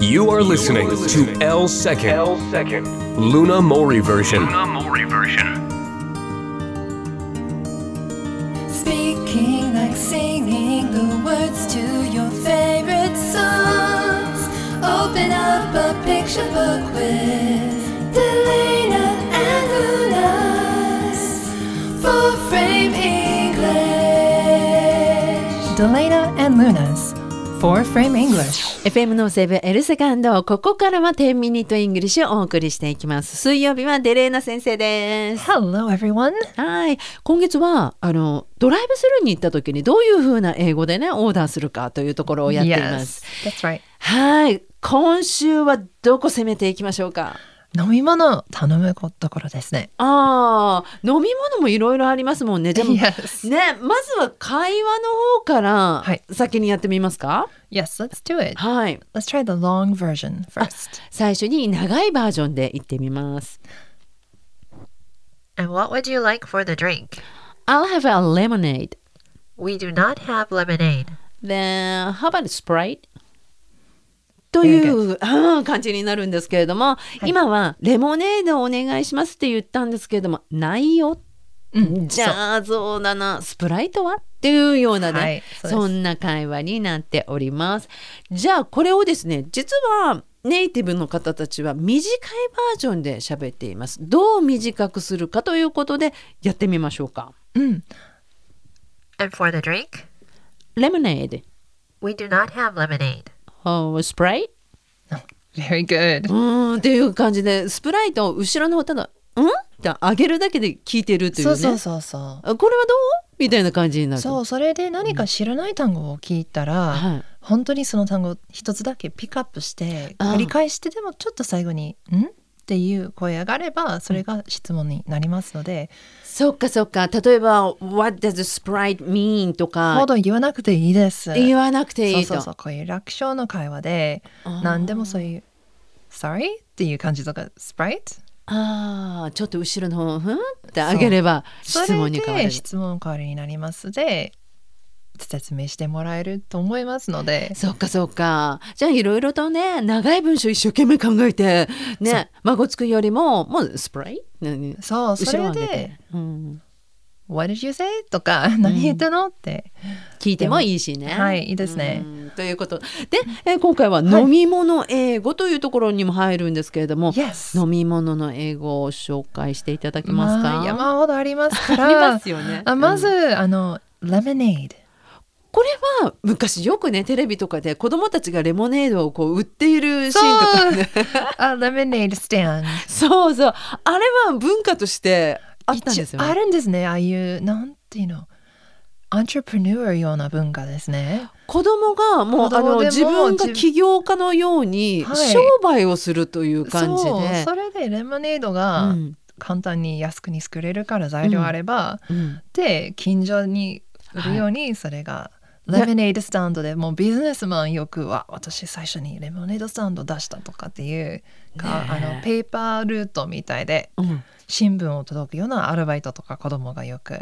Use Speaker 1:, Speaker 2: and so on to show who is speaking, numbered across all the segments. Speaker 1: You are listening to L Second,
Speaker 2: L second.
Speaker 1: Luna Mori version.
Speaker 2: Luna Mori version.
Speaker 3: Speaking like singing the words to your favorite songs. Open up a picture book with Delana and Lunas for frame English. Delana and Lunas for frame English.
Speaker 4: FM のセブンエルセカンドここからは10ミニットイングリッシュをお送りしていきます水曜日はデレーナ先生です
Speaker 3: Hello, everyone.
Speaker 4: はい今月はあのドライブスルーに行った時にどういう風な英語でねオーダーするかというところをやっています、
Speaker 3: that's right.
Speaker 4: はい今週はどこ攻めていきましょうか
Speaker 3: 飲み物を頼むところですね。
Speaker 4: あー飲み物もいろいろありますもんねでも、
Speaker 3: Yes.
Speaker 4: ねまずは会話の方から
Speaker 3: はい
Speaker 4: 先にやってみますか
Speaker 3: Yes, let's do it.
Speaker 4: はい
Speaker 3: Let's try the long version first.
Speaker 4: 最初に長いバージョンで行ってみます。
Speaker 5: And what would you like for the drink?
Speaker 4: I'll have a lemonade.
Speaker 5: We do not have lemonade.
Speaker 4: Then, how about Sprite? という、うん感じになるんですけれども、今はレモネードをお願いしますって言ったんですけれども、ないよ。じゃあそうだなスプライトはっていうようなね、
Speaker 5: はいそうです
Speaker 4: そんな会話になっております。じゃあこれをですね実はネイティブの方たちは短いバージョンで喋っています。どう短くするかということでやってみましょうか。
Speaker 5: And for the drink?
Speaker 4: レモネード、
Speaker 5: We do not have lemonade.
Speaker 4: おースプライ
Speaker 3: Very good.
Speaker 4: うーんっていう感じでスプライトを後ろの方の「ん?」って上げるだけで聞いてるという
Speaker 6: そ
Speaker 4: ね
Speaker 6: うそうそうそう。
Speaker 4: あこれはどうみたいな感じになる。
Speaker 6: そうそれで何か知らない単語を聞いたら、
Speaker 4: はい
Speaker 6: 本当にその単語一つだけピックアップして
Speaker 4: ああ
Speaker 6: 繰り返してでもちょっと最後に「ん?」っていう声があればそれが質問になりますので、
Speaker 4: そっかそっか例えば「What does Sprite mean?」と
Speaker 6: ほ
Speaker 4: か
Speaker 6: ど言わなくていいです。
Speaker 4: 言わなくていい
Speaker 6: そ
Speaker 4: と
Speaker 6: うそうそうこういう楽勝の会話で
Speaker 4: ああ
Speaker 6: 何でもそういう「sorry」っていう感じとか「sprite」
Speaker 4: ああちょっと後ろの方をふんって上げれば
Speaker 6: そ
Speaker 4: 質
Speaker 6: れ
Speaker 4: 問に変わる
Speaker 6: で質問代わりになりますで説明してもらえると思いますので
Speaker 4: そっかそっかじゃあいろいろとね長い文章一生懸命考えてね孫つくよりももうスプライ何
Speaker 6: そうそ
Speaker 4: 後ろ
Speaker 6: れ
Speaker 4: を上げ
Speaker 6: で
Speaker 4: て、うん、
Speaker 6: 「What did you say?」とか「何言ったの?」って
Speaker 4: 聞いてもいいしね。
Speaker 6: はいいいですね
Speaker 4: うん。ということで、えー今回は飲み物英語というところにも入るんですけれども、
Speaker 6: Yes
Speaker 4: 飲み物の英語を紹介していただけますか、
Speaker 6: まあ、山ほどありますから
Speaker 4: ありますよね
Speaker 6: あまず、あのレモネード
Speaker 4: これは昔よくねテレビとかで子供たちがレモネードをこう売っているシ
Speaker 6: そう
Speaker 4: ーンとかね
Speaker 6: あレモネードスタ ンド
Speaker 4: そうそうあれは文化としてあったんですよ
Speaker 6: 一応あ
Speaker 4: ね
Speaker 6: るんですねああいうなんていうのアントレプニュアような文化ですね
Speaker 4: 子供がも
Speaker 6: 子供
Speaker 4: う
Speaker 6: で
Speaker 4: あの
Speaker 6: も
Speaker 4: 自分が
Speaker 6: 自分
Speaker 4: 起業家のように
Speaker 6: はい
Speaker 4: 商売をするという感じで、
Speaker 6: そうそれでレモネードが
Speaker 4: うん
Speaker 6: 簡単に安くに作れるから材料あれば、
Speaker 4: うん
Speaker 6: で近所に売るようにそれが、レモネードスタンドでもうビジネスマンよくは私最初にレモネードスタンド出したとかっていうか、
Speaker 4: ねえ
Speaker 6: あのペーパールートみたいで
Speaker 4: うん
Speaker 6: 新聞を届くようなアルバイトとか子供がよく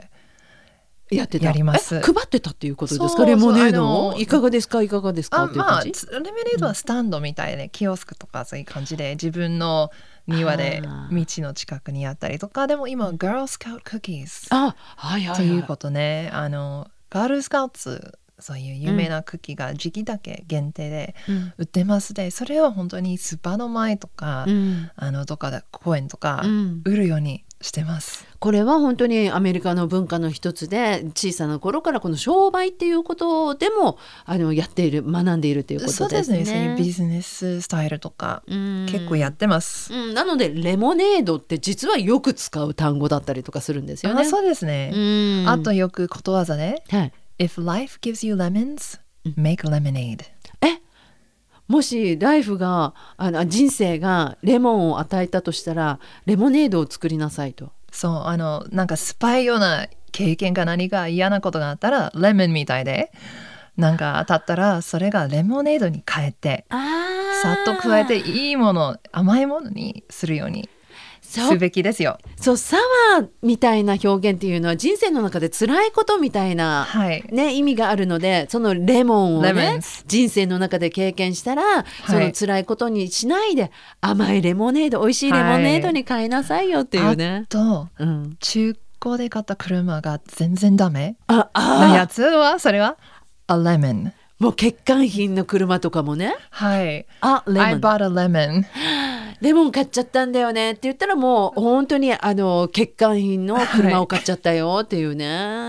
Speaker 4: やってた
Speaker 6: やります
Speaker 4: え配ってたっていうことです
Speaker 6: そ
Speaker 4: か
Speaker 6: う
Speaker 4: レモネー
Speaker 6: そ
Speaker 4: ド
Speaker 6: うあ
Speaker 4: を
Speaker 6: の
Speaker 4: いかがですかいかがですか
Speaker 6: あ
Speaker 4: っていう
Speaker 6: ま
Speaker 4: 感
Speaker 6: あ
Speaker 4: じ、
Speaker 6: つレモネードはスタンドみたいで、キオスクとかそういう感じで自分の庭で
Speaker 4: あ
Speaker 6: 道の近くにあったりとかでも今 Girl Scout Cookies
Speaker 4: あはいはい、は
Speaker 6: と
Speaker 4: い、
Speaker 6: いうことねあのガールスカウツそういう有名なクッキーが時期だけ限定で
Speaker 4: うん
Speaker 6: 売ってますで、それは本当にスーパーの前とか、
Speaker 4: うん
Speaker 6: あのどっかで公園とか
Speaker 4: うん
Speaker 6: 売るようにしてます。
Speaker 4: これは本当にアメリカの文化の一つで小さな頃からこの商売っていうことでもあのやっている学んでいるということです
Speaker 6: そう
Speaker 4: ね。
Speaker 6: ですねそういうビジネススタイルとか、
Speaker 4: うん
Speaker 6: 結構やってます。
Speaker 4: うん、なのでレモネードって実はよく使う単語だったりとかするんですよね。
Speaker 6: あそうですね、
Speaker 4: うん
Speaker 6: あとよくことわざで
Speaker 4: はい、
Speaker 6: 「If life gives you lemons, make lemonade
Speaker 4: えもしライフがあの人生がレモンを与えたとしたらレモネードを作りなさいと。」
Speaker 6: そうあのなんかスパイような経験か何か嫌なことがあったらレモンみたいでなんか当たったらそれがレモネードに変えて
Speaker 4: あ
Speaker 6: さっと加えていいもの甘いものにするように
Speaker 4: そう
Speaker 6: すべきですよ。
Speaker 4: そうサワーみたいな表現っていうのは人生の中で辛いことみたいな、
Speaker 6: はい
Speaker 4: ね、意味があるのでそのレモンをね
Speaker 6: Lemons
Speaker 4: 人生の中で経験したら、その辛いことにしないで甘いレモネード美味しいレモネードに変えなさいよっていうね。
Speaker 6: あと
Speaker 4: うん、
Speaker 6: 中古で買った車が全然ダメ
Speaker 4: あ
Speaker 6: なや
Speaker 4: あ
Speaker 6: つはそれは a lemon。
Speaker 4: もう欠陥品の車とかもね
Speaker 6: はい。
Speaker 4: あレモ
Speaker 6: I
Speaker 4: ン
Speaker 6: bought a lemon。
Speaker 4: レモン買っちゃったんだよねって言ったらもう本当にあの欠陥品の車を買っちゃったよっていうね。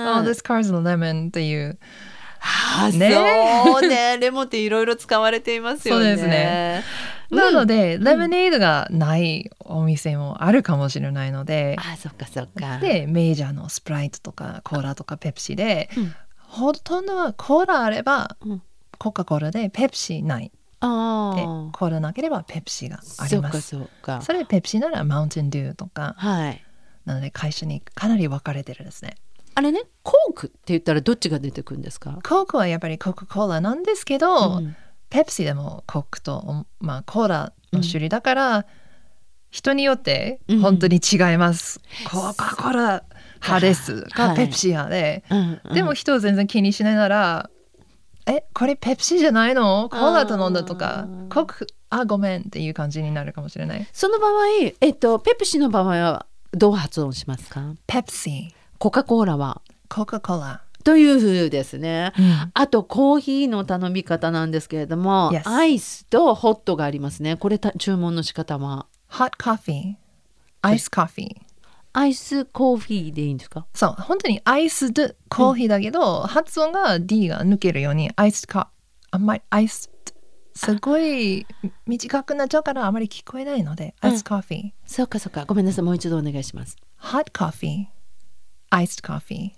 Speaker 6: Oh, this car's a lemon っていう。
Speaker 4: あー
Speaker 6: ね
Speaker 4: そうねレモンっていろいろ使われていますよね。
Speaker 6: そうですねなので、レモネードがないお店もあるかもしれないので
Speaker 4: あ、ーそっかそっか。
Speaker 6: で、メジャーのスプライトとかコーラとかペプシで、
Speaker 4: うん
Speaker 6: ほとんどはコーラあれば
Speaker 4: うん
Speaker 6: コカ・コーラでペプシない。
Speaker 4: あ
Speaker 6: で、
Speaker 4: ー
Speaker 6: コーラなければペプシがあ
Speaker 4: そ
Speaker 6: り
Speaker 4: っ
Speaker 6: ま
Speaker 4: か
Speaker 6: す。
Speaker 4: そっか。
Speaker 6: それペプシならマウンテンデューとか
Speaker 4: はい。
Speaker 6: なので会社にかなり分かれてるですね。
Speaker 4: あれねコークって言ったらどっちが出てくるんですか。
Speaker 6: コークはやっぱりコカ・コーラなんですけど、
Speaker 4: うん
Speaker 6: ペプシでもコックと、まあ、コーラの種類だから、人によって本当に違います。コカ・コーラ派です
Speaker 4: は
Speaker 6: か
Speaker 4: い
Speaker 6: ペプシ派で、
Speaker 4: うんうん
Speaker 6: でも人を全然気にしないなら「えこれペプシじゃないのコーラ頼んだ」と
Speaker 4: あ
Speaker 6: か「
Speaker 4: ー
Speaker 6: コックあごめん」っていう感じになるかもしれない。
Speaker 4: その場合えっとペプシの場合はどう発音しますか。
Speaker 6: ペプシ
Speaker 4: コカコーラは
Speaker 6: コカ・コーラ。
Speaker 4: という風ですね。
Speaker 6: うん
Speaker 4: あとコーヒーの頼み方なんですけれども、
Speaker 6: Yes
Speaker 4: アイスとホットがありますね。これた注文の仕方は
Speaker 6: Hot coffee アイスコーヒー。
Speaker 4: アイスコーヒーでいいんですか？
Speaker 6: そう本当にアイスドコーヒーだけど、発音が D が抜けるようにアイスかあんまりアイスすごい短くなっちゃうからあまり聞こえないので、アイスコーヒー
Speaker 4: そうかそうか。ごめんなさい。もう一度お願いします。
Speaker 6: hot coffee アイスコーヒ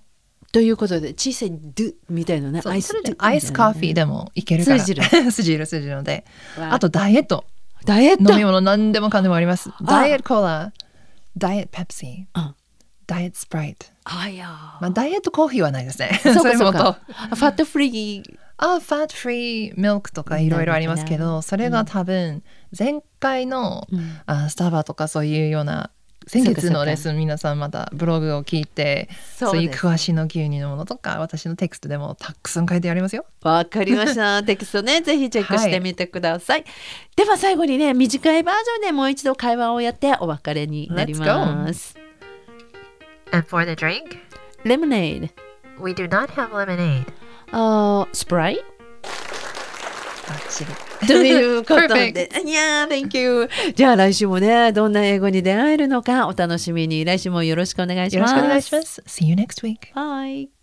Speaker 4: ということで小さいドゥみたいなね
Speaker 6: ー。そう
Speaker 4: アイス
Speaker 6: それ
Speaker 4: ドゥ
Speaker 6: でアイスコーヒーでもいけるから
Speaker 4: 通じる
Speaker 6: 通じる通じるので
Speaker 4: わ
Speaker 6: あとダイエット
Speaker 4: ダイエット
Speaker 6: 飲み物何でもかんでもありますダイエットコーラダイエットペプシ
Speaker 4: うん
Speaker 6: ダイエットスプライト、
Speaker 4: あいや
Speaker 6: まあ、ダイエットコーヒーはないですね
Speaker 4: ー。そう
Speaker 6: そ
Speaker 4: か
Speaker 6: れ
Speaker 4: そ
Speaker 6: も
Speaker 4: う
Speaker 6: と
Speaker 4: か。ファットフリー
Speaker 6: あ、ファットフリーミルクとかいろいろありますけど、それが多分前回の、あスタバとかそういうような先月のレッスン皆さんまたブログを聞いて
Speaker 4: そう
Speaker 6: そう
Speaker 4: です
Speaker 6: いう詳しいの牛乳のものとか私のテクストでもたくさん書いてありますよ。
Speaker 4: わかり ました。テキストね、ぜひチェックしてみてください。では最後にね、短いバージョンでもう一度会話をやってお別れになります。
Speaker 5: And for the drink,
Speaker 4: レモネード、
Speaker 5: we do not have lemonade.
Speaker 4: あースプライ
Speaker 6: バッチリ
Speaker 4: トという ことで
Speaker 6: Perfect。
Speaker 4: いやー、Thank you。じゃあ来週もね、どんな英語に 出会えるのかお楽しみに。来週もよろしくお願いし
Speaker 6: よろし
Speaker 4: ます。
Speaker 6: くお願いします。See you next week.
Speaker 4: Bye.